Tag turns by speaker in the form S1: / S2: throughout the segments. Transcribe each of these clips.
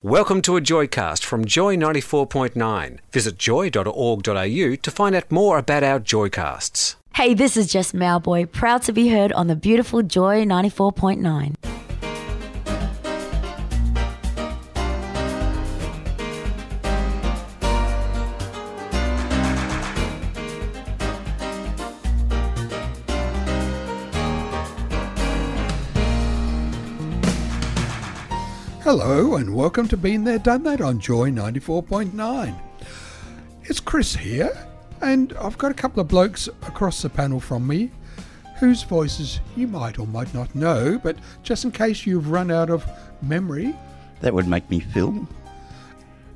S1: Welcome to a Joycast from Joy 94.9. Visit joy.org.au to find out more about our Joycasts.
S2: Hey, this is Jess Mowboy, proud to be heard on the beautiful Joy 94.9.
S3: Hello and welcome to Been There Done That on Joy 94.9. It's Chris here, and I've got a couple of blokes across the panel from me whose voices you might or might not know, but just in case you've run out of memory,
S4: That would make me feel.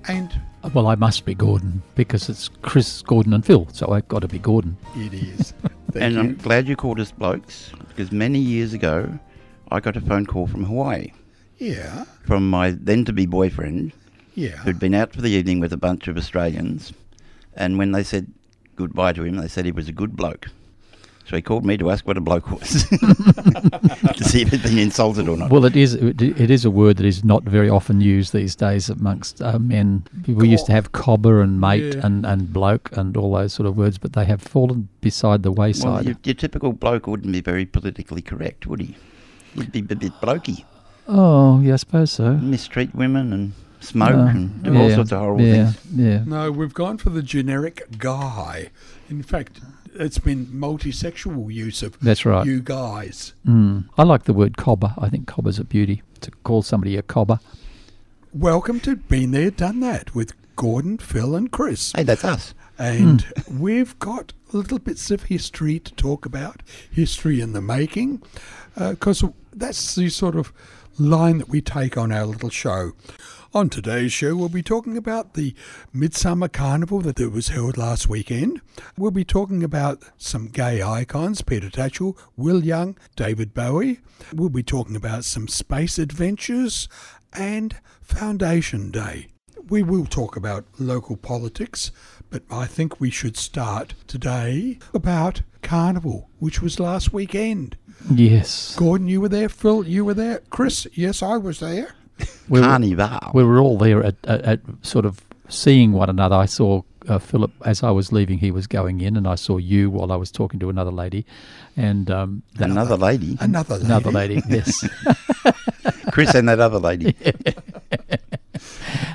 S3: and
S5: Well, I must be Gordon because it's Chris, Gordon, and Phil, so I've got to be Gordon.
S3: it is. Thank
S4: and um,
S3: you.
S4: I'm glad you called us blokes because many years ago I got a phone call from Hawaii
S3: yeah,
S4: from my then to be boyfriend
S3: yeah.
S4: who'd been out for the evening with a bunch of Australians. And when they said goodbye to him, they said he was a good bloke. So he called me to ask what a bloke was to see if he'd been insulted or not.
S5: Well, it is it it is a word that is not very often used these days amongst uh, men. We used to have cobber and mate
S3: Yeah.
S5: and, and bloke and all those sort of words, but they have fallen beside the
S4: Well,
S5: wayside.
S4: your, your typical bloke wouldn't be very politically correct, would he? He'd be a bit blokey,
S5: oh, yeah, I suppose so.
S4: mistreat women and smoke
S5: Uh,
S4: and do all
S5: yeah,
S4: sorts of horrible
S5: yeah,
S4: things.
S5: Yeah.
S3: No, we've gone for the generic guy. In fact, it's been multisexual use of
S5: That's right.
S3: you guys.
S5: Mm. I like the word cobber. I think cobber's a beauty to call somebody a cobber.
S3: Welcome to Been There Done That with Gordon, Phil, and Chris.
S4: Hey, that's us.
S3: And we've got little bits of history to talk about, history in the making, because that's the sort of line that we take on our little show. On today's show, we'll be talking about the Midsummer Carnival that that was held last weekend. We'll be talking about some gay icons Peter Tatchell, Will Young, David Bowie. We'll be talking about some space adventures and Foundation Day. We will talk about local politics, but I think we should start today about Carnival, which was last weekend.
S5: Yes.
S3: Gordon, you were there. Phil, you were there. Chris, yes, I was there.
S5: We were-
S4: Carnival.
S5: we were all there at, at, at sort of seeing one another. I saw uh, Philip as I was leaving; he was going in, and I saw you while I was talking to another lady, and um, that-
S4: Another lady.
S3: Another lady.
S5: another lady. yes,
S4: Chris and that other lady.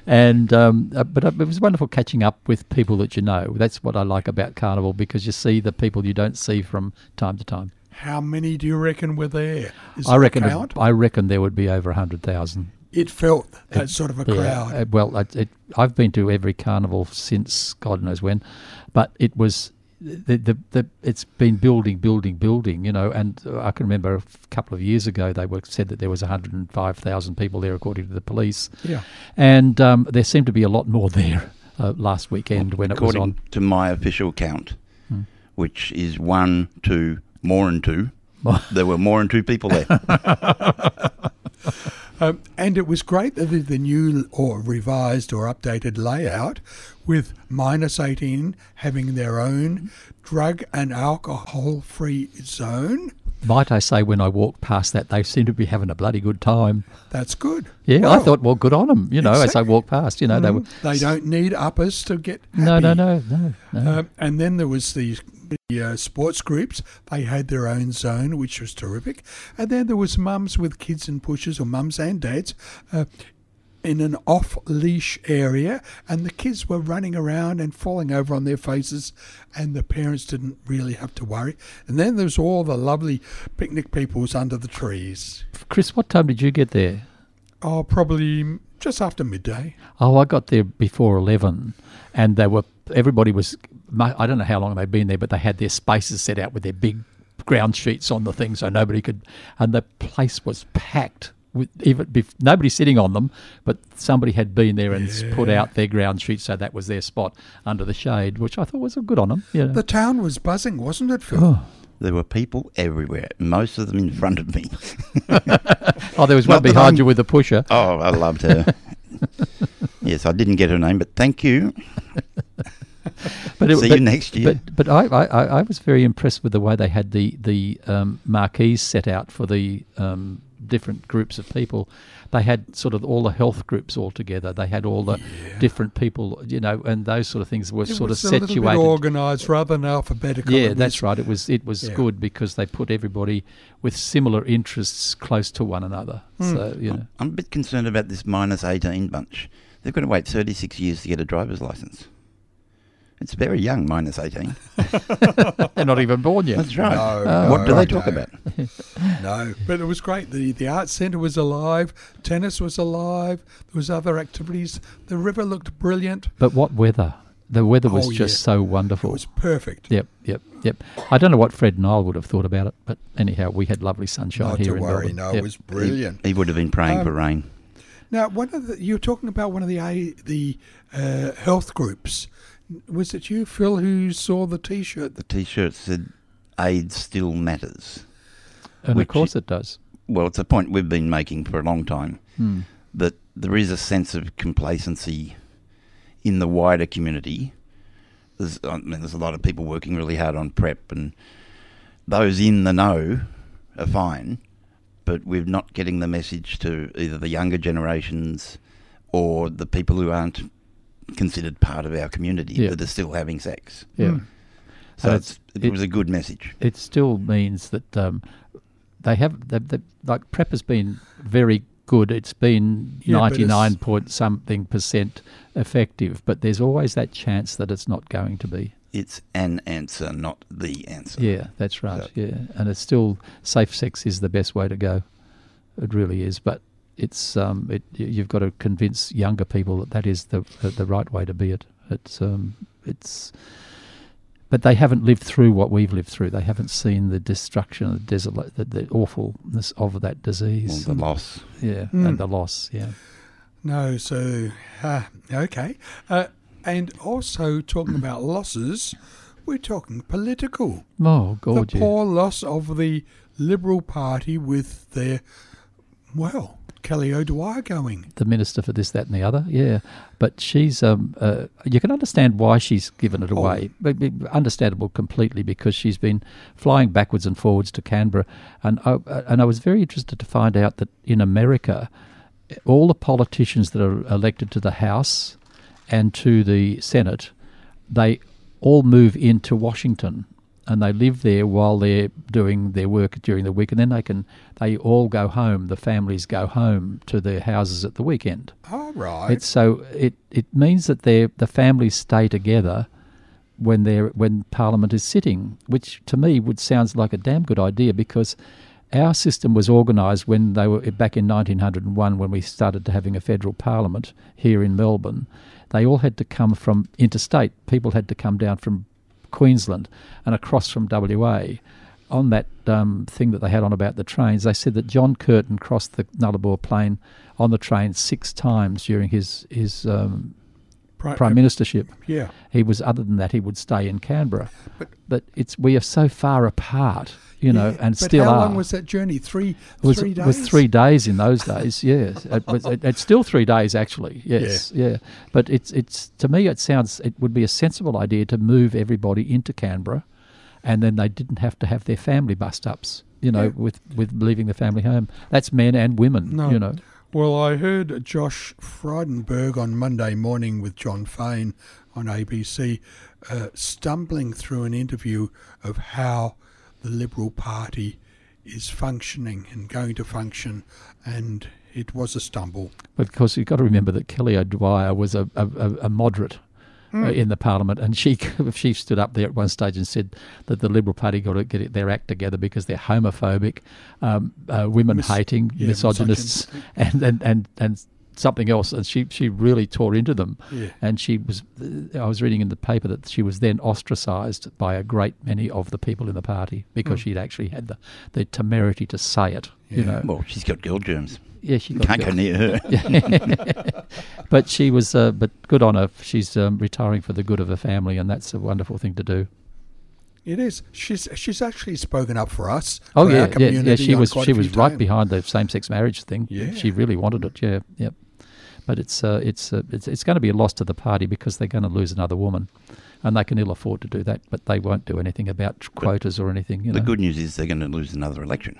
S5: and um, uh, but uh, it was wonderful catching up with people that you know. That's what I like about carnival because you see the people you don't see from time to time.
S3: How many do you reckon were there? Is
S5: I
S3: it a
S5: reckon.
S3: Count?
S5: I reckon there would be over a hundred thousand.
S3: It felt that sort of a crowd.
S5: uh, well, it, it, I've been to every carnival since God knows when, but it was the, the the it's been building, building, building. You know, and uh, I can remember a f- couple of years ago they were said that there was 105,000 people there, according to the police.
S3: Yeah.
S5: and um, there seemed to be a lot more there uh, last weekend when it was
S4: According
S5: on. Hmm.
S4: to my official count, which is one, two, more and two. there were more and two people there.
S3: Um, and it was great that the, the new or revised or updated layout with minus 18 having their own drug and alcohol free zone.
S5: Might I say, when I walked past that, they seemed to be having a bloody good time.
S3: That's good.
S5: Yeah, I
S3: Well,
S5: thought, well, good on them. You know, as I
S3: Exactly. Mm,
S5: walked past, you know, they were.
S3: They don't need uppers to get happy.
S5: No, no, no, no, no.
S3: Um, and then there was the, the uh, sports groups. They had their own zone, which was terrific. And then there was mums with kids and pushers, or mums and dads, uh, in an off-leash area, and the kids were running around and falling over on their faces, and the parents didn't really have to worry. And then there's all the lovely picnic peoples under the trees.
S5: Chris, what time did you get there?
S3: Oh, probably just after midday.
S5: Oh, I got there before eleven, and they were everybody was. mu- I don't know how long they'd been there, but they had their spaces set out with their big ground sheets on the thing, so nobody could. And the place was packed. with even bef- nobody's sitting on them, but somebody had been there and s put out their ground sheet, so that was their spot under the shade, which I thought was good on them. Yeah,
S3: The town was buzzing, wasn't it,
S5: Oh,
S3: Phil?
S4: There were people everywhere, most of them in front of me.
S5: oh, there was
S4: Not that
S5: one behind
S4: I'm-
S5: you with a pusher.
S4: Oh, I loved her. yes, I didn't get her name, but thank you.
S5: But it,
S4: See
S5: but,
S4: you next year.
S5: But but I, I, I- I was very impressed with the way they had the the um, marquees set out for the um, different groups of people. They had sort of all the health groups all together. They had all the different people, you know, and those sort of things were
S3: It
S5: sort
S3: was
S5: of
S3: a little bit
S5: situated.
S3: organised rather than alphabetical.
S5: yeah,
S3: It
S5: that's
S3: was-
S5: right. It was it was
S3: Yeah.
S5: good because they put everybody with similar interests close to one another.
S3: Hmm.
S5: So you know,
S4: I'm a bit concerned about this minus 18 bunch. They've got to wait 36 years to get a driver's license. It's very young, minus 18.
S5: they're not even born yet.
S4: That's right.
S3: No,
S5: Oh,
S4: what
S3: no,
S4: do
S3: no.
S4: they talk about?
S3: No, but it was great. The the art centre was alive. Tennis was alive. There was other activities. The river looked brilliant.
S5: But what weather? The weather was
S3: Oh, yeah.
S5: just so
S3: It
S5: wonderful.
S3: was perfect.
S5: Yep, yep, yep. I don't know what Fred and I would have thought about it, but anyhow, we had lovely sunshine
S3: Not
S5: here
S3: to
S5: in
S3: worry.
S5: Melbourne.
S3: No,
S5: Yep.
S3: it was brilliant.
S4: He would have been
S5: Um,
S4: praying for rain.
S3: Now, one of the, you were talking about one of the a the uh, health groups. Was it you, Phil, who saw the T-shirt?
S4: The t shirt said, AIDS still matters.
S5: and of
S4: which-
S5: course it does. Hmm,
S4: well, it's a point we've been making for a long time that there is a sense of complacency in the wider community. There's, I mean, there's a lot of people working really hard on prep, and those in the know are fine, but we're not getting the message to either the younger generations or the people who aren't considered part of our community
S5: Yeah.
S4: that are still having sex.
S5: Yeah,
S3: Hmm.
S4: So
S5: And
S4: it's,
S5: it's-
S4: it, was a good message.
S5: it still means that um, they have they, they, like prep has been very good. It's been
S3: Yeah, but it's-
S5: ninety nine point something percent effective, but there's always that chance that it's not going to be.
S4: It's an answer, not the answer.
S5: Yeah, that's right.
S4: So-
S5: Yeah, and it's still safe sex is the best way to go. It really is, but it's um, it y- you've got to convince younger people that that is the the, the right way to be it. It's um, it's. But they haven't lived through what we've lived through. They haven't seen the destruction, the desolate, the, the awfulness of that
S4: Well,
S5: disease.
S4: the Hmm. loss.
S5: yeah, and the loss. Yeah,
S3: No, so ah, okay, uh, and also talking about losses, we're talking political.
S5: oh
S3: the
S5: god, yeah.
S3: poor loss of the Liberal Party with their, well, Kelly O'Dwyer going.
S5: the minister for this, that, and the other. Yeah, but she's um, uh, you can understand why she's given it away. But be- Understandable completely because she's been flying backwards and forwards to Canberra, and I, uh, and I was very interested to find out that in America, all the politicians that are elected to the House and to the Senate, they all move into Washington and they live there while they're doing their work during the week and then they can they all go home the families go home to their houses at the weekend
S3: All right.
S5: it's so it it means that they the families stay together when they're when Parliament is sitting, which to me would sounds like a damn good idea because our system was organised when they were back in 1901 when we started to having a federal Parliament here in Melbourne. They all had to come from interstate. People had to come down from Queensland and across from WA. On that um, thing that they had on about the trains, they said that John Curtin crossed the Nullarbor Plain on the train six times during his his um,
S3: Pri-
S5: prime ministership.
S3: Yeah.
S5: He was other than that he would stay in Canberra. But, it's we are so far apart, you know,
S3: Yeah,
S5: and
S3: but
S5: still
S3: how
S5: are.
S3: long was that journey? Three,
S5: It was,
S3: three
S5: it
S3: days.
S5: was three days in those days. Yes, it was, it, it's still three days actually. Yes, yeah. But it's it's to me it sounds it would be a sensible idea to move everybody into Canberra, and then they didn't have to have their family bust ups. You know,
S3: Yeah.
S5: with with leaving the family home. That's men and women.
S3: No.
S5: You know,
S3: Well, I heard Josh Frydenberg on Monday morning with John Fain on ABC, uh, stumbling through an interview of how the Liberal Party is functioning and going to function, and it was a stumble.
S5: But of course, you've got to remember that Kelly O'Dwyer was a, a, a- a moderate
S3: Hmm.
S5: uh, in the parliament, and she she stood up there at one stage and said that the Liberal Party got to get it, their act together because they're homophobic, um, uh, women hating,
S3: yeah,
S5: misogynists, and, and and and something else. And she she really tore into them,
S3: Yeah.
S5: and she was uh, I was reading in the paper that she was then ostracised by a great many of the people in the party because she'd actually had the the temerity to say it. You
S3: Hmm. Yeah.
S5: know,
S4: Well, she's got girl germs.
S5: yeah, she
S4: You
S5: got
S4: can't go near her.
S5: but she was uh, but good on her she's um, retiring for the good of her family and that's a wonderful thing to do
S3: It is. She's she's actually spoken up for us.
S5: oh
S3: for our
S5: yeah, yeah yeah
S3: community
S5: she
S3: on
S5: was
S3: quite
S5: she
S3: a few
S5: was right
S3: times.
S5: behind the same-sex marriage thing
S3: Yeah.
S5: she really wanted it yeah yep but it's uh, it's, uh, it's it's going to be a loss to the party because they're going to lose another woman and they can ill afford to do that but they won't do anything about quotas or anything you
S4: The
S5: know
S4: good news is they're going to lose another election.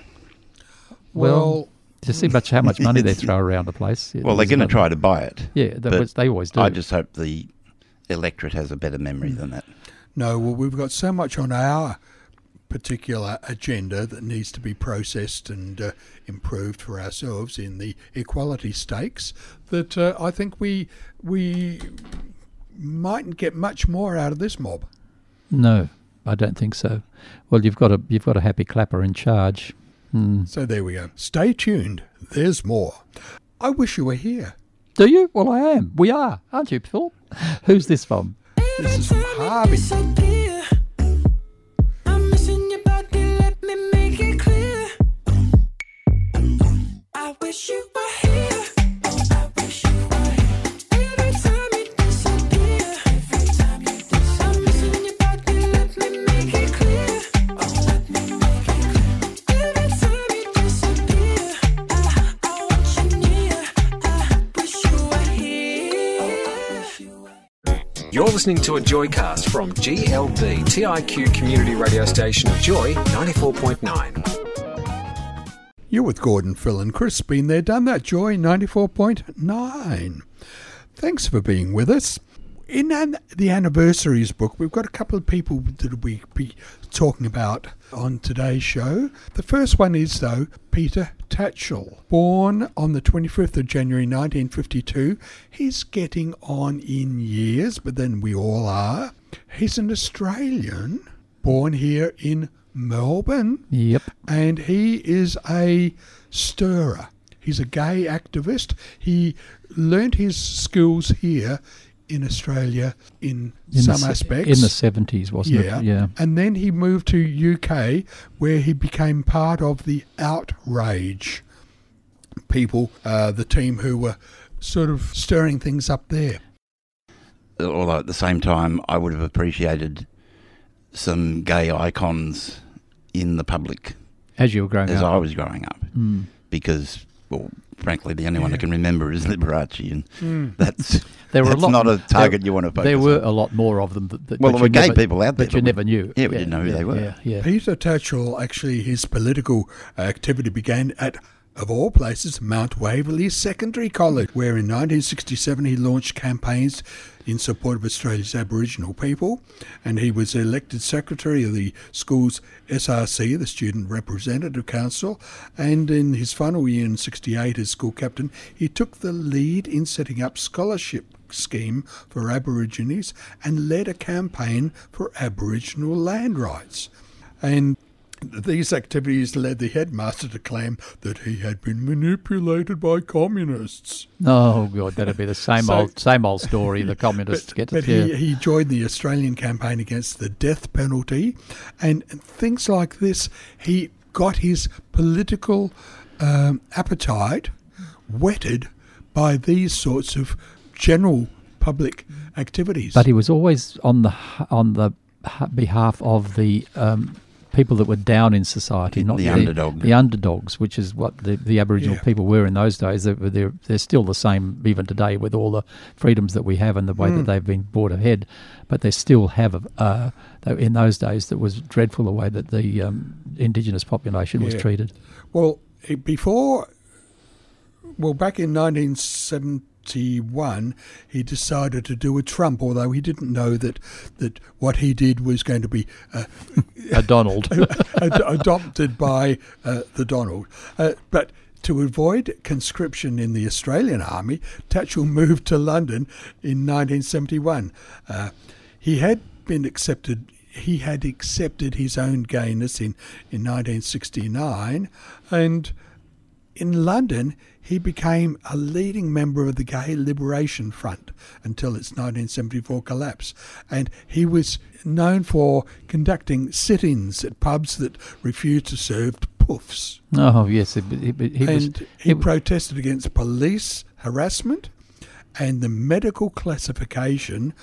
S5: well to see much how much money they throw around the place
S4: Well, they're
S5: there's
S4: going to try
S5: another-
S4: to buy it.
S5: yeah that
S4: but
S5: was, they always do
S4: I just hope the electorate has a better memory than that.
S3: No, well, we've got so much on our particular agenda that needs to be processed and uh, improved for ourselves in the equality stakes that uh, I think we we mightn't get much more out of this mob.
S5: No, I don't think so. Well, you've got a you've got a happy clapper in charge.
S3: So there we go. Stay tuned. There's more. I wish you were here.
S5: Do you? Well, I am. We are, aren't you, Phil? Who's this from?
S3: This is from Harvey.
S6: I'm missing your body, let me make it clear. I wish you were here. I wish you were here. Every time you disappear, every time you disappear. I'm missing your body, let me make it clear. Oh, let me make it clear. Every time you disappear, I, I want you near. I wish you were here. I wish you were
S1: You're listening to a Joycast from GLB TIQ community radio station Joy 94.9.
S3: You're with Gordon, Phil, and Chris. Been there, done that. Joy 94.9. Thanks for being with us. In an, the anniversaries book, we've got a couple of people that we be talking about on today's show. The first one is, though, Peter Tatchell. Born on the 25th of January 1952, he's getting on in years, but then we all are. He's an Australian born here in Melbourne
S5: Yep.
S3: and he is a stirrer. He's a gay activist. He learnt his skills here in Australia in,
S5: In
S3: some
S5: the, se-
S3: aspects.
S5: in the seventies, wasn't
S3: yeah.
S5: it? Yeah.
S3: And then he moved to UK where he became part of the outrage people, uh, the team who were sort of stirring things up there.
S4: Although at the same time, I would have appreciated some gay icons in the public
S5: As you were growing
S4: as
S5: up.
S4: I was growing up,
S5: Mm.
S4: because, well, frankly, the only one I
S3: Yeah.
S4: can remember is Liberace, and that's
S5: Hmm. There were a
S4: that's
S5: lot.
S4: not a
S5: there-
S4: target you want to focus.
S5: There were
S4: on.
S5: a lot more of them. That, that,
S4: well,
S5: but
S4: there were
S5: you
S4: gay
S5: never-
S4: people out there,
S5: but you
S4: we-
S5: never knew.
S4: Yeah, we didn't know who they were.
S5: Yeah, yeah.
S3: Peter Tatchell actually, his political uh, activity began at, of all places, Mount Waverley Secondary College, where in 1967 he launched campaigns in support of Australia's Aboriginal people, and he was elected secretary of the school's SRC, the Student Representative Council, and in his final year in 68 as school captain, he took the lead in setting up scholarship scheme for Aborigines and led a campaign for Aboriginal land rights and these activities led the headmaster to claim that he had been manipulated by communists.
S5: Oh god, that'd be the same
S3: So-
S5: old, same old story. The communists
S3: But,
S5: get
S3: but
S5: us. Yeah.
S3: he, he joined the Australian campaign against the death penalty, and things like this. He got his political um, appetite whetted by these sorts of general public activities.
S5: But he was always on the h- on the h- behalf of the um, people that were down in society, not
S4: The underdog.
S5: the underdogs, which is what the, the Aboriginal
S3: Yeah.
S5: people were in those days. They were- They're, they're still the same even today with all the freedoms that we have and the way
S3: Hmm.
S5: that they've been brought ahead. But they still have, a- uh, though in those days, that was dreadful the way that the um, indigenous population was
S3: Yeah.
S5: treated.
S3: Well, it- before, well, back in 1971, he decided to do a Trump, although he didn't know that, that what he did was going to be uh,
S5: A Donald.
S3: ad- adopted by uh, the Donald. Uh, but to avoid conscription in the Australian army, Tatchell moved to London in 1971. Uh, he had been accepted. He had accepted his own gayness in, in 1969, and in London, he became a leading member of the Gay Liberation Front until its 1974 collapse. And he was known for conducting sit ins at pubs that refused to serve p- woofs.
S5: Oh yes, he, he, he was.
S3: and he
S5: it w-
S3: protested against police harassment and the medical classification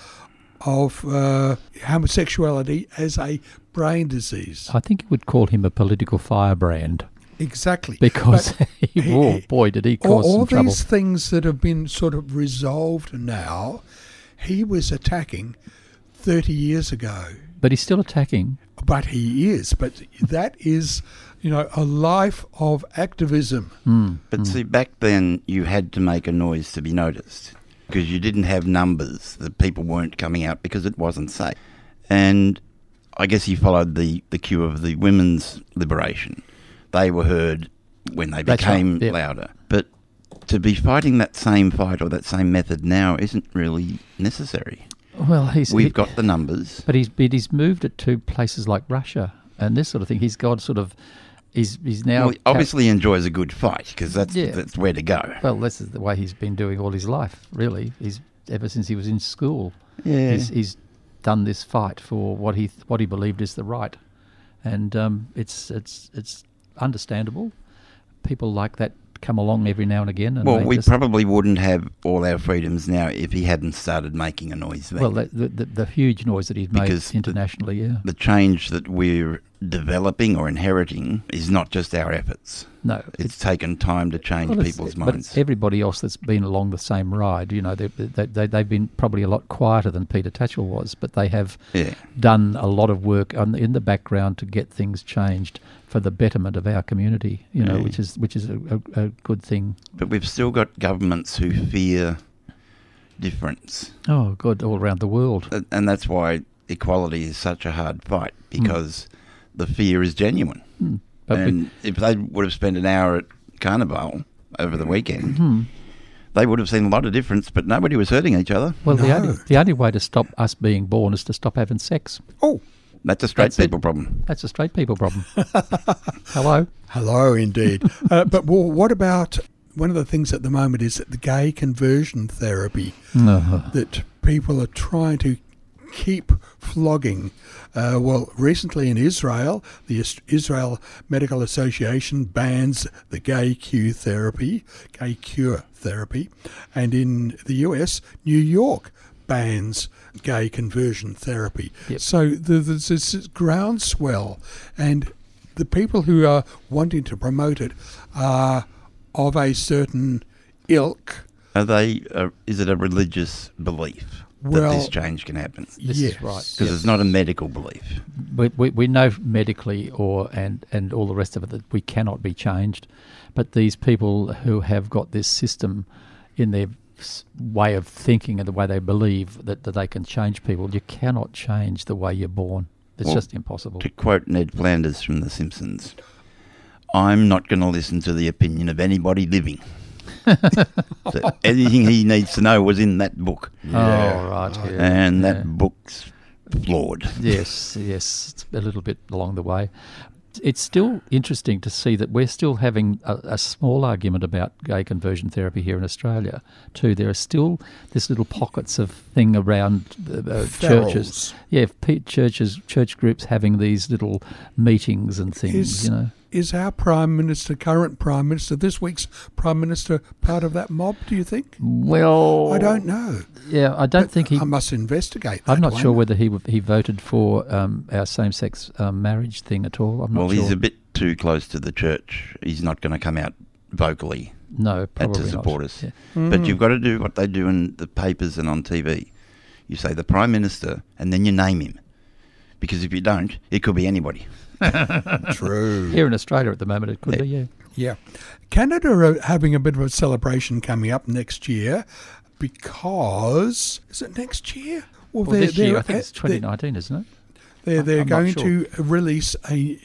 S3: of uh, homosexuality as a brain disease.
S5: I think you would call him a political firebrand
S3: Exactly.
S5: because
S3: But
S5: he, oh boy, did he
S3: all,
S5: cause some
S3: all
S5: trouble.
S3: these things that have been sort of resolved now, he was attacking 30 years ago.
S5: But he's still attacking.
S3: But he is. But that is, you know, a life of activism.
S5: Hmm.
S4: But see, back then you had to make a noise to be noticed because you didn't have numbers. The people weren't coming out because it wasn't safe. And I guess he followed the, the cue of the women's liberation. They were heard when they
S5: That's right,
S4: became
S5: yeah.
S4: louder. But to be fighting that same fight or that same method now isn't really necessary.
S5: Well, he's
S4: We've
S5: he-
S4: got the numbers.
S5: But he's but he's moved it to places like Russia and this sort of thing. He's got sort of, he's he's now
S4: Well, he obviously enjoys a good fight because that's,
S5: Yeah.
S4: that's where to go.
S5: Well, this is the way he's been doing all his life. Really, he's ever since he was in school.
S4: Yeah.
S5: he's, he's done this fight for what he what he believed is the right, and um, it's it's it's understandable. People like that come along every now and again. And
S4: Well,
S5: they
S4: we
S5: just-
S4: probably wouldn't have all our freedoms now if he hadn't started making a noise then.
S5: well the, the, the, the huge noise that he's made
S4: Because the-
S5: internationally. Yeah,
S4: the change that we're developing or inheriting is not just our efforts.
S5: no,
S4: It's taken time to change
S5: Well, it's-
S4: people's
S5: But
S4: minds.
S5: it's everybody else that's been along the same ride, you know, they, they, they, they've been probably a lot quieter than Peter Tatchell was, but they have
S4: Yeah.
S5: done a lot of work on, in the background to get things changed for the betterment of our community, you know,
S4: Yeah.
S5: which is which is a, a, a good thing.
S4: but we've still got governments who fear difference.
S5: Oh, God, all around the world.
S4: A- And that's why equality is such a hard fight because the fear is genuine.
S5: Hmm. But we,
S4: and if they would have spent an hour at Carnival over
S5: Hmm.
S4: the weekend, they would have seen a lot of difference, but nobody was hurting each other.
S5: well, the, only,
S3: No.
S5: the only way to stop us being born is to stop having sex.
S3: Oh,
S4: That's a straight
S5: That's it.
S4: people problem.
S5: That's a straight people problem. Hello?
S3: Hello, indeed. uh, but well, what about one of the things at the moment is that the gay conversion therapy that people are trying to keep flogging. Uh, well, recently in Israel, the Is- Israel Medical Association bans the gay Q therapy, gay cure therapy, and in the US, New York bans gay conversion therapy. So the, there's this groundswell, and the people who are wanting to promote it are of a certain ilk.
S4: Are they? Uh, is it a religious belief that
S3: Well-
S4: this change can happen? Because
S5: This
S3: yes.
S5: is right.
S4: it's not a medical belief.
S5: we, we, we know medically or and, and all the rest of it that we cannot be changed, but these people who have got this system in their s- way of thinking and the way they believe that, that they can change people, you cannot change the way you're born. It's
S4: Well,
S5: just impossible.
S4: To quote Ned Flanders from The Simpsons, "I'm not going to listen to the opinion of anybody living." so anything he needs to know was in that book,
S5: Oh, right. yeah,
S4: and
S5: yeah.
S4: that book's flawed.
S5: yes, yes, it's a little bit along the way. It's still interesting to see that we're still having a, a small argument about gay conversion therapy here in Australia too. There are still this little pockets of thing around uh, uh, churches,
S3: Ferals.
S5: yeah, pe- churches, church groups having these little meetings and things.
S3: Is,
S5: you know,
S3: is our prime minister, current prime minister, this week's prime minister, part of that mob? Do you think?
S5: well,
S3: I don't know.
S5: Yeah, I don't think he.
S3: I must investigate. That
S5: I'm not
S3: one.
S5: sure whether he he voted for um, our same-sex um, marriage thing at all. I'm not
S4: Well,
S5: sure.
S4: he's a bit too close to the church. He's not going to come out vocally
S5: no,
S4: had
S5: probably
S4: to
S5: not.
S4: support us.
S5: Yeah. Mm.
S4: But you've got to do what they do in the papers and on TV. You say the Prime Minister and then you name him. Because if you don't, it could be anybody.
S3: True.
S5: Here in Australia at the moment, it could be, yeah.
S3: Yeah. Canada are having a bit of a celebration coming up next year because is it next year?
S5: Well, this year, I think it's
S3: they're-
S5: 2019, isn't it?
S3: They're, they're
S5: I'm not
S3: going
S5: sure.
S3: to release a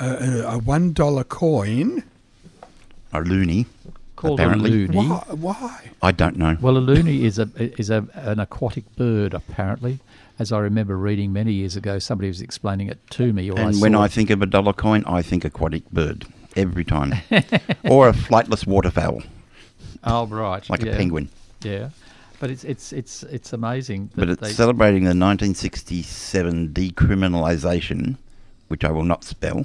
S3: a, a one dollar coin.
S4: A loony.
S5: Called
S4: apparently.
S5: a loony.
S3: Why? Why?
S4: I don't know.
S5: Well, a loony is a is a, an aquatic bird, apparently. As I remember reading many years ago, somebody was explaining it to me. Or
S4: and
S5: I
S4: when
S5: saw
S4: I
S5: it.
S4: think of a dollar coin, I think aquatic bird every time. or a flightless waterfowl,
S5: oh right,
S4: like
S5: yeah,
S4: a penguin.
S5: yeah. But it's it's it's it's amazing. That
S4: But it's
S5: they,
S4: celebrating the 1967 decriminalisation, which I will not spell,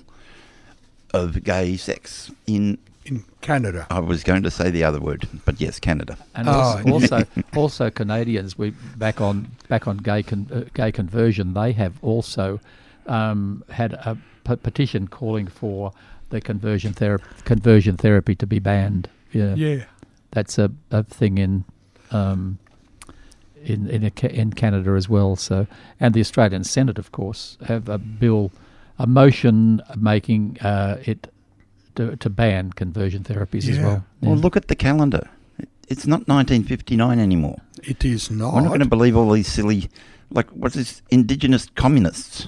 S4: of gay sex in,
S3: in Canada.
S4: I was going to say the other word, but yes, Canada.
S5: and
S3: Oh,
S5: also,
S3: yeah.
S5: also also Canadians. We back on back on gay con, uh, gay conversion. They have also um, had a p- petition calling for the conversion therapy conversion therapy to be banned. Yeah,
S3: Yeah.
S5: that's a, a thing in um, in in, a, ca- in Canada as well. So and the Australian Senate, of course, have a bill, a motion making uh, it. To, to ban conversion therapies as
S3: Yeah.
S5: well.
S4: Well,
S5: Yeah.
S4: look at the calendar. It- It's not 1959 anymore.
S3: It is not.
S4: I'm not going to believe all these silly, like, what's this, indigenous communists.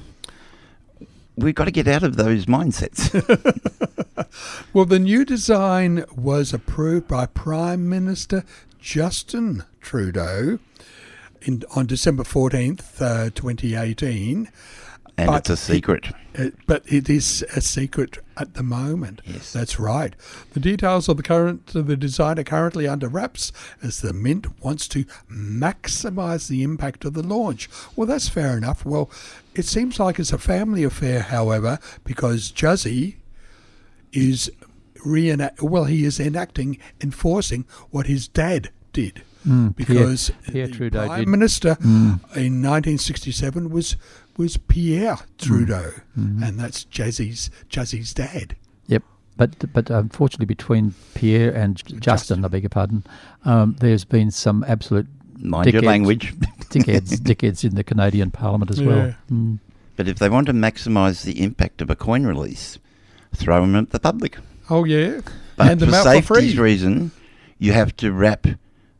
S4: We've got to get out of those mindsets.
S3: Well, the new design was approved by Prime Minister Justin Trudeau in, on December 14th, uh, 2018.
S4: and
S3: But
S4: it's a secret.
S3: It, Uh, but it is a secret at the moment.
S4: Yes.
S3: That's right. The details of the current of the design are currently under wraps as the Mint wants to maximise the impact of the launch. Well, that's fair enough. Well, it seems like it's a family affair, however, because Juzzy is reenact. Well, he is enacting, enforcing what his dad did. because
S5: Pierre
S3: the
S5: Trudeau
S3: Prime
S5: did.
S3: Minister
S4: Mm.
S3: in 1967 was was Pierre Trudeau,
S4: Mm-hmm.
S3: and that's Jazzy's Jazzy's dad.
S5: Yep. But but unfortunately, between Pierre and J- Justin, I beg your pardon, um, there's been some absolute
S4: Mind your
S5: dickheads-
S4: language.
S5: dickheads, dickheads in the Canadian Parliament as well. Mm.
S4: but if they want to maximise the impact of a coin release, throw them at the public.
S3: Oh yeah,
S4: But
S3: and the
S4: for
S3: mouth for free.
S4: safety's reason, you have to wrap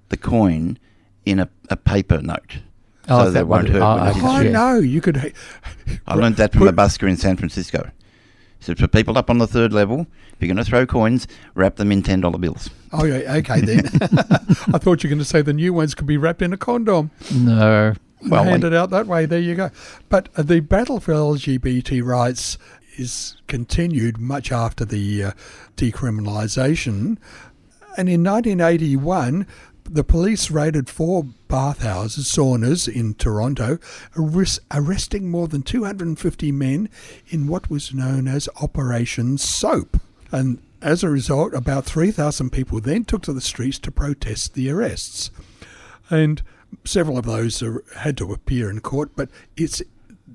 S4: the coin in a, a paper note.
S5: Oh,
S4: so
S5: is
S4: they
S5: that
S4: won't
S5: what it-
S4: hurt
S5: oh,
S4: when it's
S5: okay.
S3: I
S5: Yeah.
S3: know you could.
S4: I learned that from a
S3: Put-
S4: busker in San Francisco. So for people up on the third level, if you're going to throw coins, wrap them in ten dollar bills.
S3: Oh yeah, okay then. I thought you were going to say the new ones could be wrapped in a condom.
S5: No.
S4: Well,
S3: handed out that way. There you go. But uh, the battle for LGBT rights is continued much after the uh, decriminalisation. And in 1981, the police raided four bathhouses, saunas in Toronto, arres- arresting more than 250 men in what was known as Operation Soap. And as a result, about 3,000 people then took to the streets to protest the arrests and several of those are, had to appear in court. But it's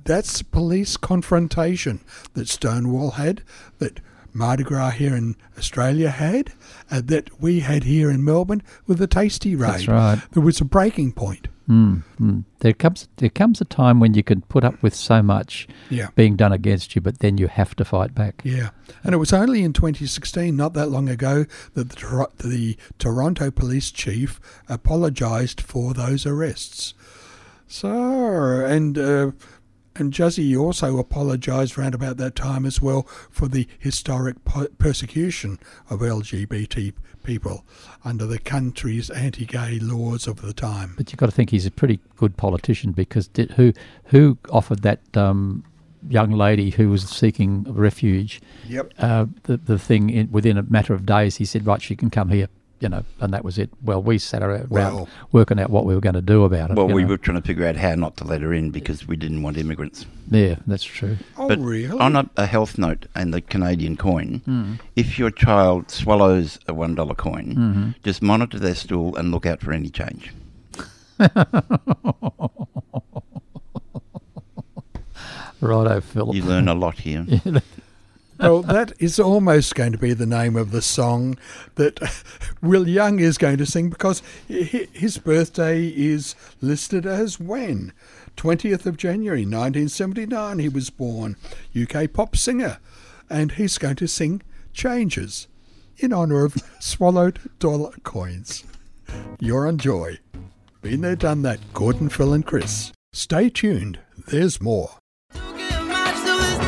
S3: that's police confrontation that Stonewall had, that Mardi Gras here in Australia had, and that we had here in Melbourne with the Tasty raid.
S5: That's right.
S3: There was a breaking point.
S5: Mm, mm. There comes there comes a time when you can put up with so much
S3: Yeah.
S5: being done against you, but then you have to fight back.
S3: Yeah, and it was only in 2016, not that long ago, that the, Tor- the Toronto police chief apologised for those arrests. So, and uh, and Juzzy also apologised round about that time as well for the historic po- persecution of LGBT people under the country's anti-gay laws of the time.
S5: But you've got to think he's a pretty good politician because did, who who offered that um, young lady who was seeking refuge
S3: Yep.
S5: uh, the, the thing in, within a matter of days, he said, right, she can come here, you know, and that was it. Well, we sat around
S3: Wow.
S5: working out what we were going to do about it.
S4: Well,
S5: you
S4: we
S5: know.
S4: were trying to figure out how not to let her in because we didn't want immigrants.
S5: Yeah, that's true.
S3: Oh,
S4: But
S3: really? Hmm.
S4: on a, a health note and the Canadian coin, if your child swallows a one dollar coin,
S3: Mm-hmm.
S4: just monitor their stool and look out for any change.
S5: Righto, Philip.
S4: You learn a lot here.
S3: Well, that is almost going to be the name of the song that Will Young is going to sing because hi- his birthday is listed as when? 20th of January 1979, he was born, UK pop singer, and he's going to sing Changes in honour of swallowed dollar coins. You're on Joy. Been there, done that, Gordon, Phil, and Chris. Stay tuned, there's more.
S6: Oh,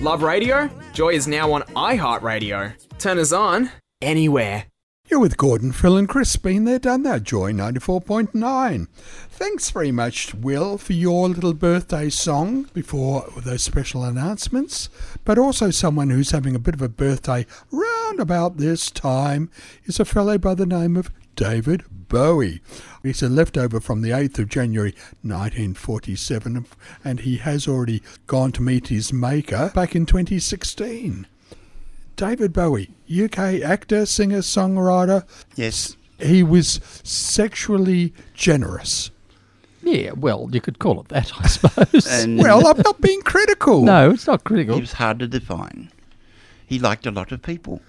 S7: Love radio? Joy is now on iHeartRadio. Turn us on anywhere.
S3: You're with Gordon, Phil, and Chris. Been there, done that. Joy 94.9. Thanks very much, Will, for your little birthday song before those special announcements. But also, someone who's having a bit of a birthday round about this time is a fellow by the name of David Bowie. He's a leftover from the 8th of January 1947, and he has already gone to meet his maker back in 2016. David Bowie, UK actor, singer, songwriter.
S4: Yes.
S3: He was sexually generous.
S5: Yeah, well, you could call it that, I suppose.
S4: And
S3: Well, I'm not being critical.
S5: no, it's not
S4: he
S5: critical.
S4: was hard to define. He liked a lot of people.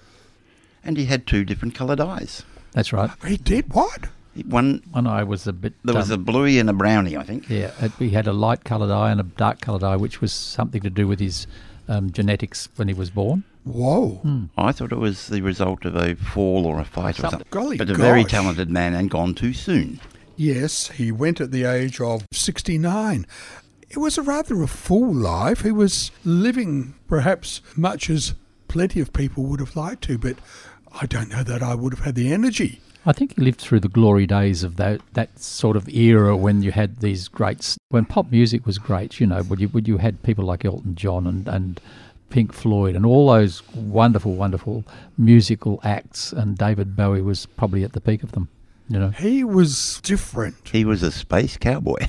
S4: And he had two different coloured eyes.
S5: That's right.
S3: He did what?
S4: He- One,
S5: One eye was a bit.
S4: there was a
S5: um,
S4: bluey and a brownie, I think.
S5: Yeah, uh, he had a light coloured eye and a dark coloured eye, which was something to do with his um, genetics when he was born.
S3: Whoa.
S4: I thought it was the result of a fall or a fight or something.
S3: Golly
S4: but a very
S3: gosh.
S4: talented man and gone too soon.
S3: Yes, he went at the age of 69. It was a rather a full life. He was living perhaps much as plenty of people would have liked to, but I don't know that I would have had the energy.
S5: I think he lived through the glory days of that that sort of era when you had these greats, when pop music was great. You know, when you when you had people like Elton John and and Pink Floyd and all those wonderful, wonderful musical acts, and David Bowie was probably at the peak of them. You know,
S3: He was different.
S4: He was a space cowboy.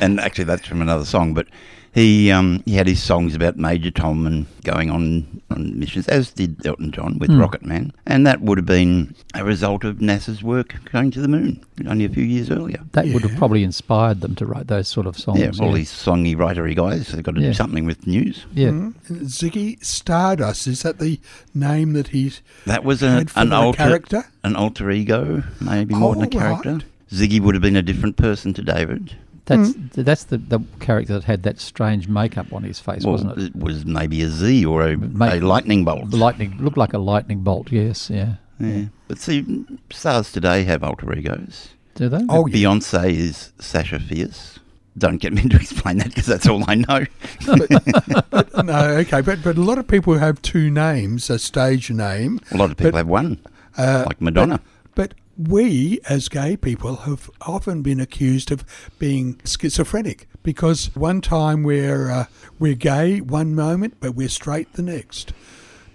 S4: and actually, that's from another song. But he um, he had his songs about Major Tom and going on, on missions, as did Elton John with Rocket Man. And that would have been a result of NASA's work going to the moon only a few years earlier.
S5: that would have probably inspired them to write those sort of songs.
S4: yeah, all these Hmm. songy, writery guys have got to
S5: Oh, Yeah.
S4: do something with news.
S5: yeah.
S3: Ziggy Stardust, is that the name that he
S4: That was a,
S3: had for
S4: an
S3: the
S4: alter
S3: character?
S4: an alter ego, maybe more than a
S3: Oh, right.
S4: character. Ziggy would have been a different person to David.
S5: That's
S4: Hmm.
S5: th that's the, the character that had that strange makeup on his face,
S4: Well,
S5: wasn't it?
S4: it was maybe a Z or a,
S5: Mate-
S4: a lightning bolt.
S5: Lightning looked like a lightning bolt. Yes, yeah.
S4: yeah. But see, stars today have alter egos.
S5: Do they?
S3: Oh, yeah.
S4: Beyonce is Sasha Fierce. Don't get me to explain that because that's all I know.
S3: no, okay, but but a lot of people have two names, a stage name,
S4: A lot of people have one,
S3: uh,
S4: like Madonna.
S3: but we as gay people have often been accused of being schizophrenic because one time we're uh, we're gay one moment, but we're straight the next,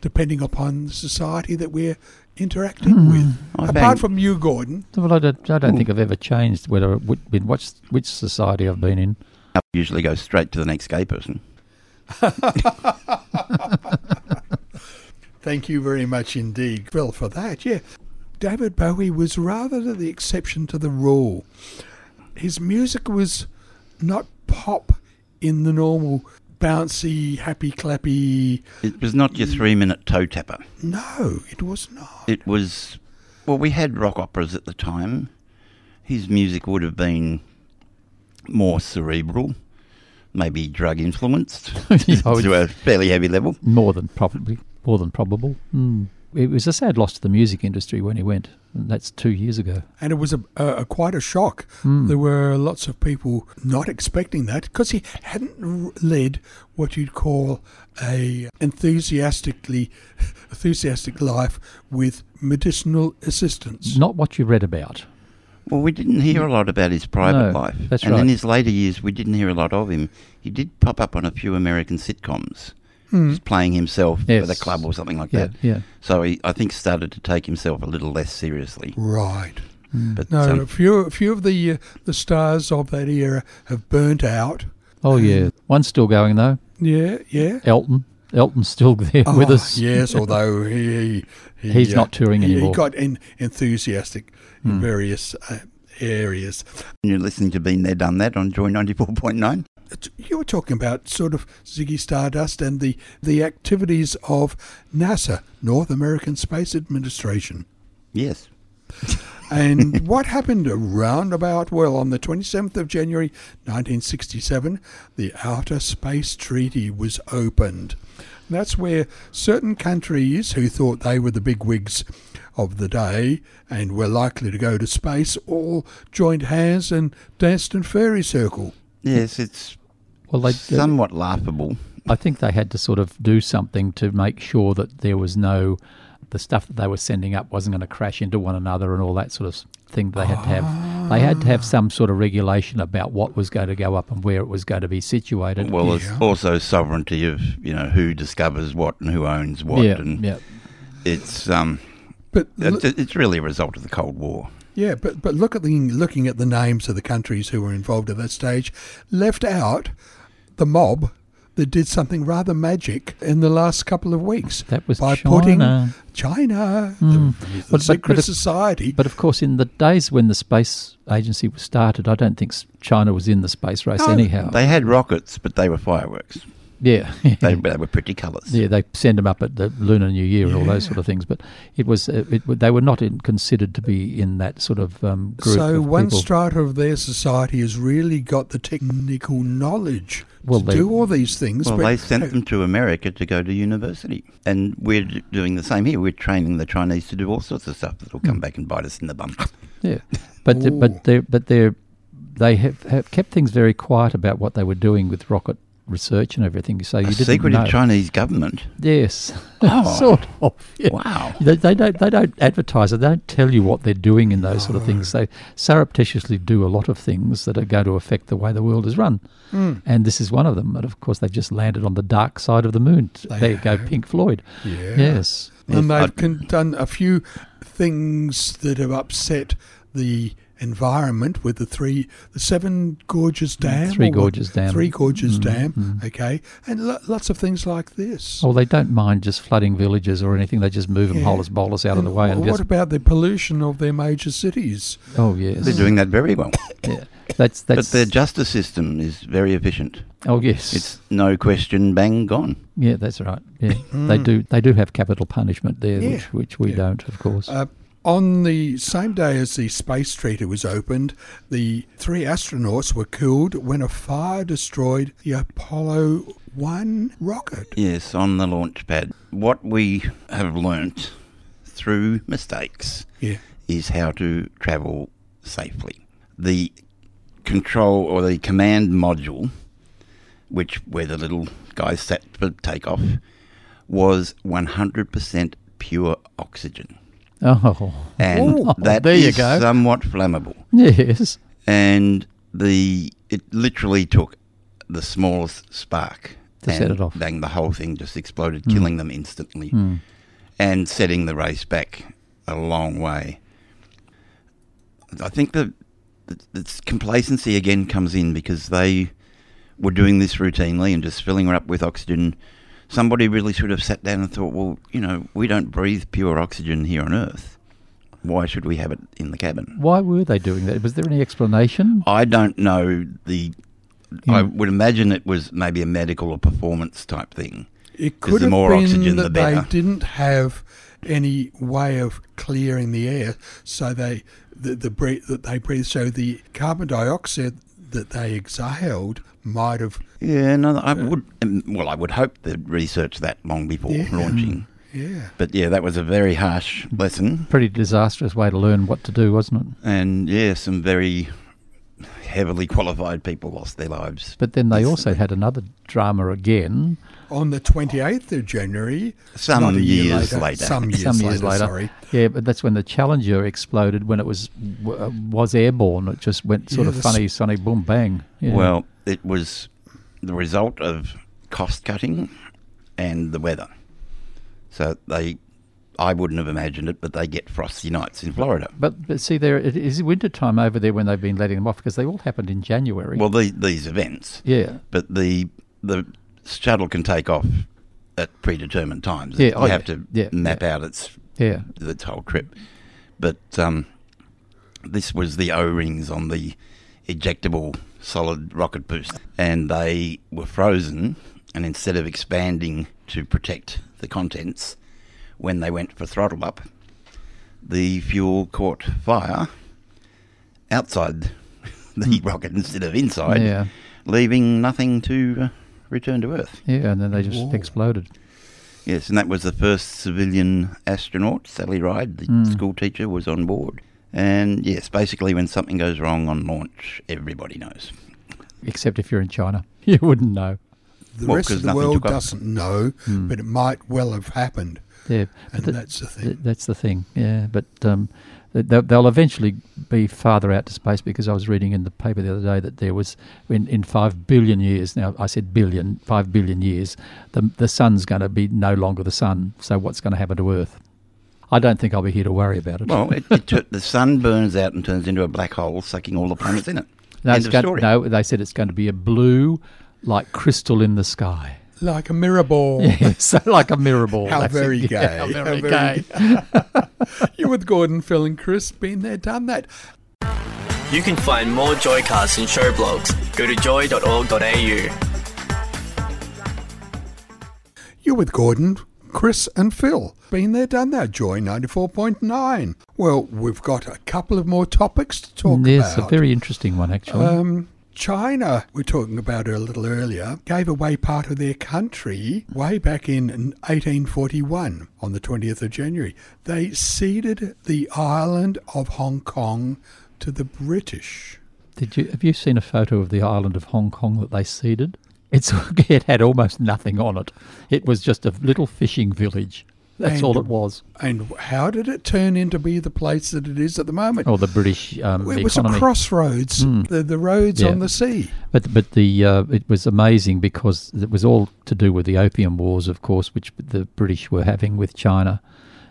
S3: depending upon the society that we're interacting with.
S4: Hmm. I
S3: Apart
S4: think-
S3: from you, Gordon,
S5: Well, I don't, I don't think I've ever changed whether it would been which, which society I've been in.
S4: I usually go straight to the next gay person.
S3: thank you very much indeed, Phil, for that. Yeah, David Bowie was rather the exception to the rule. his music was not pop in the normal bouncy, happy, clappy.
S4: It was not
S3: Mm.
S4: your three minute toe tapper.
S3: No, it was not.
S4: It was, well, we had rock operas at the time. His music would have been more cerebral, maybe drug influenced
S5: Oh,
S4: to a fairly heavy level.
S5: More than probably, more than probable. Mm. It was a sad loss to the music industry when he went. And that's two years ago.
S3: And it was a, a, a quite a shock. There were lots of people not expecting that because he hadn't r- led what you'd call a enthusiastically enthusiastic life with medicinal assistance.
S5: Not what you read about.
S4: Well, we didn't hear a lot about his private
S5: No,
S4: life.
S5: that's
S4: and in
S5: right.
S4: his later years, we didn't hear a lot of him. He did pop up on a few American sitcoms,
S3: Hmm.
S4: just playing himself
S5: Hmm. Yes.
S4: at a club or something like
S5: Yeah,
S4: that.
S5: yeah.
S4: So he, I think, started to take himself a little less seriously.
S3: Right.
S5: Hmm.
S4: But
S3: No,
S4: um,
S3: a few a few of the uh, the stars of that era have burnt out.
S5: Oh yeah, one's still going though.
S3: Yeah, yeah.
S5: Elton, Elton's still there with
S3: Oh,
S5: us.
S3: Yes, although he, he uh,
S5: He's not touring
S3: he,
S5: anymore. Hmm.
S3: He got en- enthusiastic in various uh, areas.
S4: you're listening to Been There, Done That on Joy 94.9.
S3: It's- You were talking about sort of Ziggy Stardust and the the activities of NASA, North American Space Administration.
S4: Yes.
S3: And what happened around about, well, on the 27th of January 1967, the Outer Space Treaty was opened. And that's where certain countries who thought they were the bigwigs of the day and were likely to go to space all joined hands and danced in fairy circle.
S4: Yes, it's
S5: Well, they,
S4: somewhat laughable.
S5: I think they had to sort of do something to make sure that there was no the stuff that they were sending up wasn't going to crash into one another and all that sort of thing they had to have. They had to
S4: Ah.
S5: have some sort of regulation about what was going to go up and where it was going to be situated.
S4: Well, it's
S3: Yeah.
S4: also sovereignty of you know who discovers what and who owns what,
S5: yeah,
S4: and
S5: yeah.
S4: it's um,
S3: But l-
S4: it's, it's really a result of the Cold War.
S3: yeah, but but look at the looking at the names of the countries who were involved at that stage, left out the mob that did something rather magic in the last couple of weeks.
S5: That was
S3: by
S5: China. Hmm.
S3: putting China, the, the
S5: But- but-
S3: secret
S5: but if-
S3: society.
S5: But of course, in the days when the space agency was started, I don't think s- China was in the space race
S3: No,
S5: anyhow.
S4: Oh, They had rockets, but they were fireworks.
S5: yeah,
S4: They, they were pretty colours.
S5: yeah, they send them up at the Lunar New Year and all those sort of things. But it was uh, it, w- they were not in, considered to be in that sort of um, group.
S3: so
S5: of
S3: one
S5: people.
S3: strata of their society has really got the technical knowledge
S5: Well,
S3: to
S5: they-
S3: do all these things.
S4: Well,
S3: but-
S4: they sent them to America to go to university, and we're d- doing the same here. We're training the Chinese to do all sorts of stuff that'll
S5: Hmm.
S4: come back and bite us in the bum.
S5: Yeah, but th-
S3: Ooh.
S5: but they but they they have, have kept things very quiet about what they were doing with rocket research and everything. So you
S4: A
S5: didn't
S4: secretive
S5: know.
S4: Chinese government.
S5: Yes,
S4: Oh.
S5: sort of. yeah.
S4: Wow.
S5: They, they don't. They don't advertise it. They don't tell you what they're doing in those sort of things.
S3: Oh.
S5: They surreptitiously do a lot of things that are going to affect the way the world is run,
S3: Hmm.
S5: and this is one of them. And of course, they've just landed on the dark side of the moon. there you go, Pink Floyd.
S3: Yeah.
S5: Yes.
S3: And
S4: Yes,
S3: they've
S4: I-
S3: con- done a few things that have upset the environment with the three, the Seven Gorges Dam.
S5: Mm, Three
S3: or the
S5: Gorges Dam. Mm-hmm,
S3: Three Gorges Dam, okay. And lo- lots of things like this.
S5: Oh, they don't mind just flooding villages or anything. They just move them
S3: Yeah.
S5: whole as bolus out of
S3: And
S5: the way and
S3: what
S5: just
S3: about the pollution of their major cities?
S5: oh yes,
S4: They're doing that very well.
S5: yeah. That's
S4: But
S5: that's
S4: their justice system is very efficient.
S5: oh yes,
S4: It's no question, bang, gone.
S5: yeah, that's right. Yeah, they do they do have capital punishment there,
S3: Hmm. Yeah.
S5: which which we
S3: Yeah.
S5: don't, of course.
S3: Uh, on the same day as the space treaty was opened, the three astronauts were killed when a fire destroyed the Apollo 1 rocket.
S4: Yes, on the launch pad. What we have learnt through mistakes
S3: Yeah.
S4: is how to travel safely. The control or the command module, which where the little guy sat for takeoff, was 100% pure oxygen.
S5: oh
S4: And
S5: Ooh,
S4: that is
S5: there you go.
S3: uh,
S4: somewhat flammable.
S5: yes,
S4: And the it literally took the smallest spark
S5: To set
S4: and
S5: it off. Hmm.
S4: Bang, the whole thing just exploded, killing them instantly and setting the race back a long way. I think the, the it's complacency again comes in because they were doing this routinely and just filling her up with oxygen. Somebody really should have sat down and thought, well, you know, we don't breathe pure oxygen here on Earth. Why should we have it in the cabin?
S5: why were they doing that? Was there any explanation?
S4: I don't know the. I
S5: Mm.
S4: would imagine it was maybe a medical or performance type thing.
S3: It
S4: 'Cause
S3: could
S4: the
S3: have
S4: more
S3: been
S4: oxygen,
S3: that
S4: the better.
S3: they didn't have any way of clearing the air, so they the, the breath that they breathed, so the carbon dioxide that they exhaled might have.
S4: Yeah, no, I would. um, Well, I would hope they'd research that long before
S3: Yeah.
S4: launching.
S3: Yeah,
S4: But yeah, that was a very harsh lesson,
S5: Pretty disastrous way to learn what to do, wasn't it?
S4: and yeah, some very heavily qualified people lost their lives.
S5: But then they also had another drama again.
S3: on the twenty eighth of January,
S4: Some
S3: not a year
S4: years
S3: later,
S4: later.
S3: some years,
S5: some years
S3: later,
S5: later.
S3: Sorry,
S5: Yeah, but that's when the Challenger exploded when it was w- uh, was airborne. It just went sort
S3: Yeah,
S5: of
S3: the
S5: funny, sunny, boom, bang. Yeah.
S4: Well, it was the result of cost cutting and the weather. So they, I wouldn't have imagined it, but they get frosty nights in Florida.
S5: But, but see, there it is winter time over there when they've been letting them off because they all happened in January.
S4: Well, the, these events,
S5: yeah,
S4: but the the shuttle can take off at predetermined times.
S5: Yeah,
S4: you
S5: oh,
S4: have
S5: yeah,
S4: to
S5: yeah,
S4: map out its
S5: yeah,
S4: its whole trip. But um, this was the O rings on the ejectable solid rocket booster, and they were frozen. And instead of expanding to protect the contents, when they went for throttle up, the fuel caught fire outside the rocket instead of inside,
S5: Hmm. Yeah.
S4: leaving nothing to uh, return to Earth.
S5: yeah, and then they just exploded.
S4: Yes, and that was the first civilian astronaut, Sally Ride, the school teacher, was on board. And yes, basically, when something goes wrong on launch, everybody knows.
S5: Except if you're in China, you wouldn't know.
S3: the
S4: Well,
S3: rest
S4: 'cause
S3: of the
S4: nothing
S3: world
S4: took up- Hmm.
S3: doesn't know, but it might well have happened.
S5: Yeah,
S3: And
S5: th-
S3: that's the
S5: th-
S3: thing.
S5: that's the thing. Yeah, but um, th- they'll, they'll eventually be farther out to space because I was reading in the paper the other day that there was in, in five billion years. Now I said billion, five billion years. The the sun's going to be no longer the sun. So what's going to happen to Earth? I don't think I'll be here to worry about it.
S4: Well, it, it tur- the sun burns out and turns into a black hole, sucking all the planets in it.
S5: no,
S4: End
S5: it's
S4: of
S5: go-
S4: story.
S5: no, they said it's going to be a blue, like crystal in the sky.
S3: Like a mirror ball.
S5: so like a mirror ball.
S3: How
S5: That's it.
S3: very
S5: Yeah,
S3: gay.
S5: how
S3: How
S5: very
S3: very
S5: gay.
S3: you with Gordon, Phil, and Chris, been there, done that.
S7: You can find more Joycasts and show blogs. Go to joy.org.au.
S3: You with Gordon, Chris, and Phil. Been there, done that. Joy 94.9. Well, we've got a couple of more topics to talk
S5: Yes,
S3: about.
S5: a very interesting one actually.
S3: Um, China, we are talking about a little earlier, gave away part of their country way back in 1841 on the 20th of January. They ceded the island of Hong Kong to the British.
S5: Did you have you seen a photo of the island of Hong Kong that they ceded? It's it had almost nothing on it. It was just a little fishing village. That's
S3: And-
S5: all it was.
S3: And how did it turn into be the place that it is at the moment?
S5: Or Oh, the British um,
S3: it was
S5: economy. Hmm.
S3: a crossroads, the, the roads
S5: Yeah.
S3: on the sea.
S5: But but the uh, it was amazing because it was all to do with the opium wars, of course, which the British were having with China,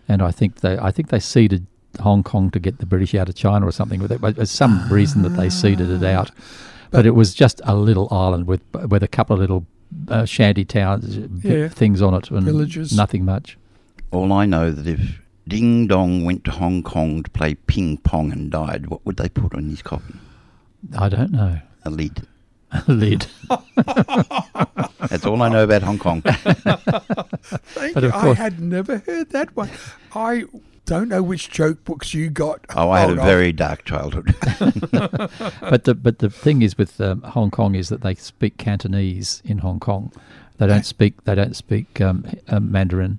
S5: and I think they I think they ceded Hong Kong to get the British out of China or something. But there was some reason that they ceded it out, but, it was just a little island with with a couple of little uh, shanty towns, uh, b-
S3: Yeah.
S5: things on it, and
S3: Villages.
S5: nothing much.
S4: All I know that if Ding Dong went to Hong Kong to play ping pong and died, what would they put on his coffin?
S5: I don't know.
S4: A lid.
S5: Lid.
S4: That's all I know about Hong Kong.
S3: Thank
S5: But
S3: you.
S5: of
S3: I
S5: course-
S3: had never heard that one. I don't know which joke books you got.
S4: Oh, I had a
S3: hold of.
S4: very dark childhood.
S5: but the but the thing is with um, Hong Kong is that they speak Cantonese in Hong Kong. They don't speak they don't speak um, h- um, Mandarin.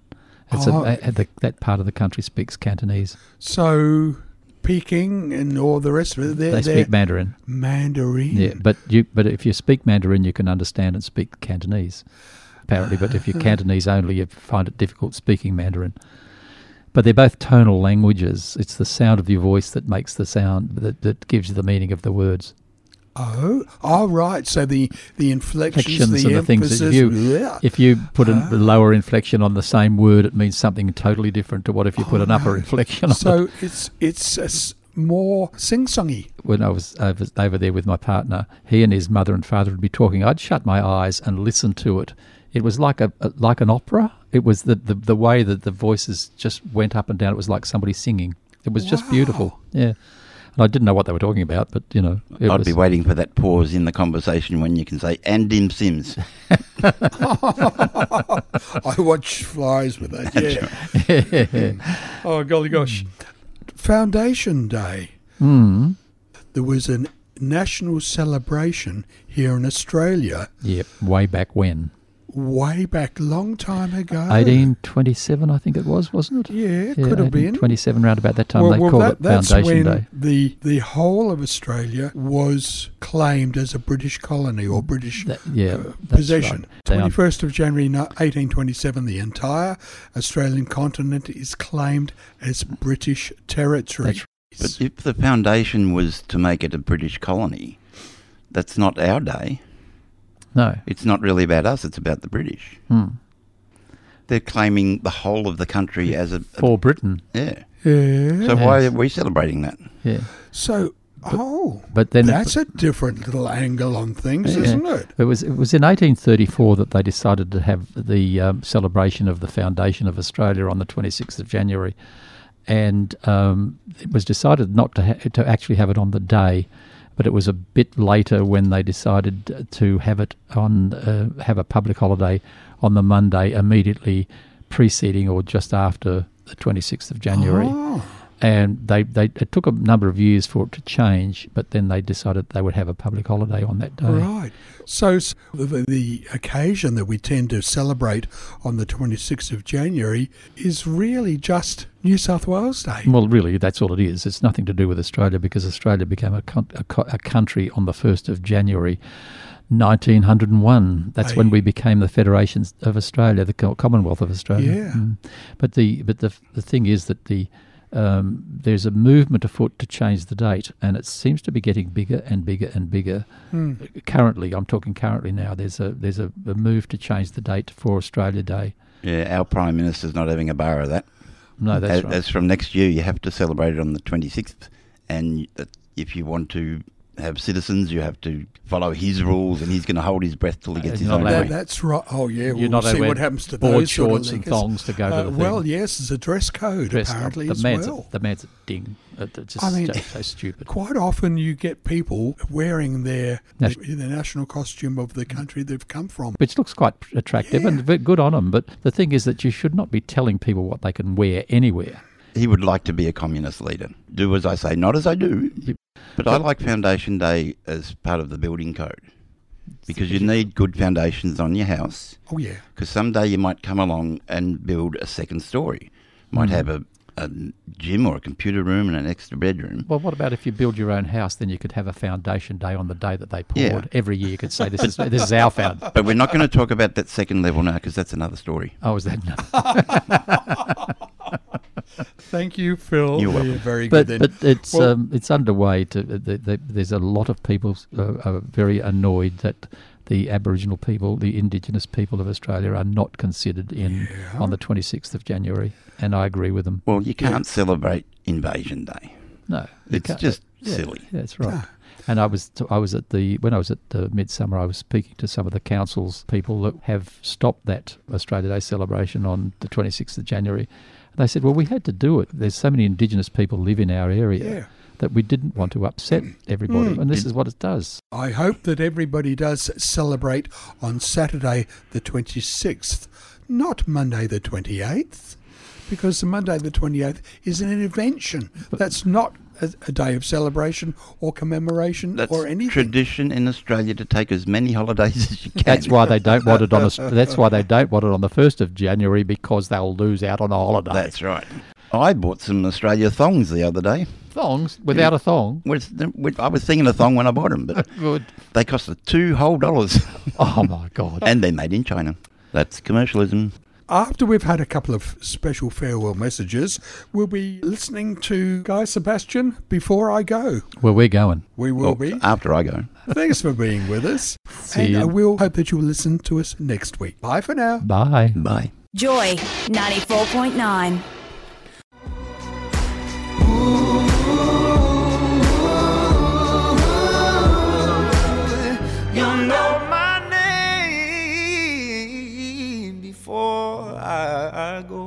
S5: It's
S3: Oh.
S5: a, a- the, that part of the country speaks Cantonese.
S3: So Peking and all the rest of it, they're,
S5: They Mm.
S3: they're
S5: speak Mandarin.
S3: Mandarin.
S5: Yeah, but you but if you speak Mandarin, you can understand and speak Cantonese, apparently. But if you're Cantonese only, you find it difficult speaking Mandarin. But they're both tonal languages. It's the sound of your voice that makes the sound that, that gives you the meaning of the words.
S3: Oh, all right. So the the inflections,
S5: inflections
S3: the
S5: and the things
S3: emphasis.
S5: that you
S3: yeah.
S5: if you put a lower inflection on the same word, it means something totally different to what if you put an upper inflection on it.
S3: Oh, so it's it's a s- more sing-songy.
S5: When I was over, over there with my partner, he and his mother and father would be talking. I'd shut my eyes and listen to it. It was like a, a- like an opera. It was the, the the way that the voices just went up and down. It was like somebody singing. It was just beautiful. Yeah. And I didn't know what they were talking about, but you know, it
S4: I'd
S5: was,
S4: be waiting for that pause in the conversation when you can say, and Dim Sims.
S3: I watch flies with that. Yeah. oh golly gosh! Foundation Day.
S5: Hmm.
S3: Mm. There was a national celebration here in Australia
S5: yeah, way back when,
S3: way back, long time ago.
S5: eighteen twenty seven, I think it was, wasn't it?
S3: Yeah, could have been.
S5: 27 round about that time. they called it
S3: that's
S5: Foundation
S3: when
S5: Day.
S3: The, the whole of Australia was claimed as a British colony or British
S5: That- yeah,
S3: uh,
S5: that's
S3: possession.
S5: right. They are-
S3: 21st of January ni- 1827, the entire Australian continent is claimed as British territory.
S5: That's
S4: But if the foundation was to make it a British colony, that's not our day.
S5: No.
S4: It's not really about us, it's about the British.
S5: hmm.
S4: They're claiming the whole of the country as a. a-
S5: For Britain.
S4: yeah.
S3: Yeah.
S4: So why are we celebrating that?
S5: Yeah.
S3: So, oh,
S5: But then
S3: that's a different little angle on things,
S5: Yeah.
S3: isn't it?
S5: It was it was in 1834 that they decided to have the um, celebration of the foundation of Australia on the 26th of January, and um, it was decided not to ha- to actually have it on the day, but it was a bit later when they decided uh, to have it on uh, have a public holiday on the Monday immediately preceding or just after the 26th of January.
S3: Oh. Ah.
S5: And they, they it took a number of years for it to change, but then they decided they would have a public holiday on that day.
S3: Right. So s- the, the occasion that we tend to celebrate on the 26th of January is really just New South Wales Day.
S5: Well, really, that's all it is. It's nothing to do with Australia because Australia became a, con- a, co- a country on the 1st of January 1901. That's when
S3: Aye.
S5: we became the Federation of Australia, the Co- Commonwealth of Australia.
S3: Yeah.
S5: Mm. But the but the the thing is that the um, there's a movement afoot to change the date, and it seems to be getting bigger and bigger and bigger.
S3: Hmm.
S5: Currently, I'm talking currently now. There's a there's a, a move to change the date for Australia Day.
S4: Yeah, our prime minister's not having a bar of that.
S5: No, that's
S4: as,
S5: right.
S4: as from next year, you have to celebrate it on the 26th, and that if you want to have citizens, you have to follow his rules, and he's going to hold his breath till he gets
S5: He's
S4: his
S5: not
S4: own
S5: allowed-
S4: way.
S3: That, that's right. Oh yeah,
S5: You're
S3: we'll
S5: not
S3: see
S5: allowed
S3: what happens to
S5: board
S3: those sort of
S5: shorts and
S3: leaguers.
S5: thongs to go to the thing.
S3: Well, yes, it's a dress code
S5: Dress up.
S3: apparently
S5: um, the
S3: as
S5: man's
S3: well.
S5: a, the man's a ding. Uh, th- just
S3: I mean-
S5: so, so stupid.
S3: Quite often, you get people wearing their
S5: Nat-
S3: their national costume of the country they've come from.
S5: which looks quite pr- attractive and ve- good on them. But the thing is that you should not be telling people what they can wear anywhere.
S4: He would like to be a communist leader. Do as I say, not as I do. But I like Foundation Day as part of the building code because you need good foundations on your house.
S3: Oh yeah,
S4: because someday you might come along and build a second story.
S3: Mm.
S4: Might have a, a gym or a computer room and an extra bedroom.
S5: Well, what about if you build your own house? Then you could have a foundation day on the day that they poured.
S4: Yeah.
S5: Every year you could say this is this is our found.
S4: But we're not going to talk about that second level now because that's another story.
S5: Oh, is that enough?
S3: thank you, Phil.
S4: You're
S3: Yeah,
S4: welcome.
S3: very
S5: But
S3: good.
S5: but
S3: Then.
S5: it's
S3: Well-
S5: um, it's underway. To uh, the, the, there's a lot of people uh, are very annoyed that. The Aboriginal people, the Indigenous people of Australia, are not considered in on the 26th of January, and I agree with them.
S4: Well, you can't celebrate Invasion Day.
S5: No, you
S4: It's
S5: can't-
S4: just
S5: Yeah,
S4: silly. Ah.
S5: That's right. And I was t- I was at the when I was at the midsummer I was speaking to some of the councils people that have stopped that Australia Day celebration on the 26th of January. And they said, well, we had to do it. There's so many Indigenous people live in our area
S3: Yeah.
S5: that we didn't want to upset
S4: Mm.
S5: everybody, and this is what it does.
S3: I hope that everybody does celebrate on Saturday the 26th, not Monday the 28th, because the Monday the 28th is an invention. That's not a, a day of celebration or commemoration
S4: That's
S3: or anything.
S4: tradition in Australia to take as many holidays as you can.
S5: That's why they don't want it on. A, that's why they don't want it on the first of January because they'll lose out on a holiday.
S4: That's right. I bought some Australia thongs the other day.
S5: thongs without a thong.
S4: Which- which- I was thinking a thong when I bought them, but
S5: Good.
S4: they cost two whole dollars,
S5: Oh my God.
S4: and they're made in China. That's commercialism.
S3: After we've had a couple of special farewell messages, we'll be listening to Guy Sebastian before I go.
S5: Where we're going.
S3: We will
S4: Well,
S3: be.
S4: after I go.
S3: Thanks for being with us.
S5: Oh, uh, See
S3: and I
S5: you.
S3: will hope that you will listen to us next week. Bye for now.
S5: Bye.
S4: Bye.
S2: Joy 94.9.
S6: You know my name before I, I go.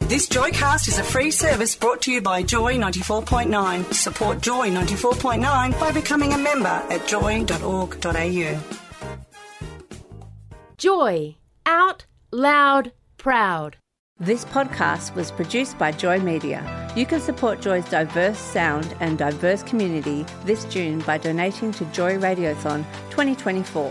S8: This Joycast is a free service brought to you by Joy 94.9. Support Joy 94.9 by becoming a member at joy.org.au.
S9: Joy. Out loud proud.
S10: This podcast was produced by Joy Media. You can support Joy's diverse sound and diverse community this June by donating to Joy Radiothon 2024.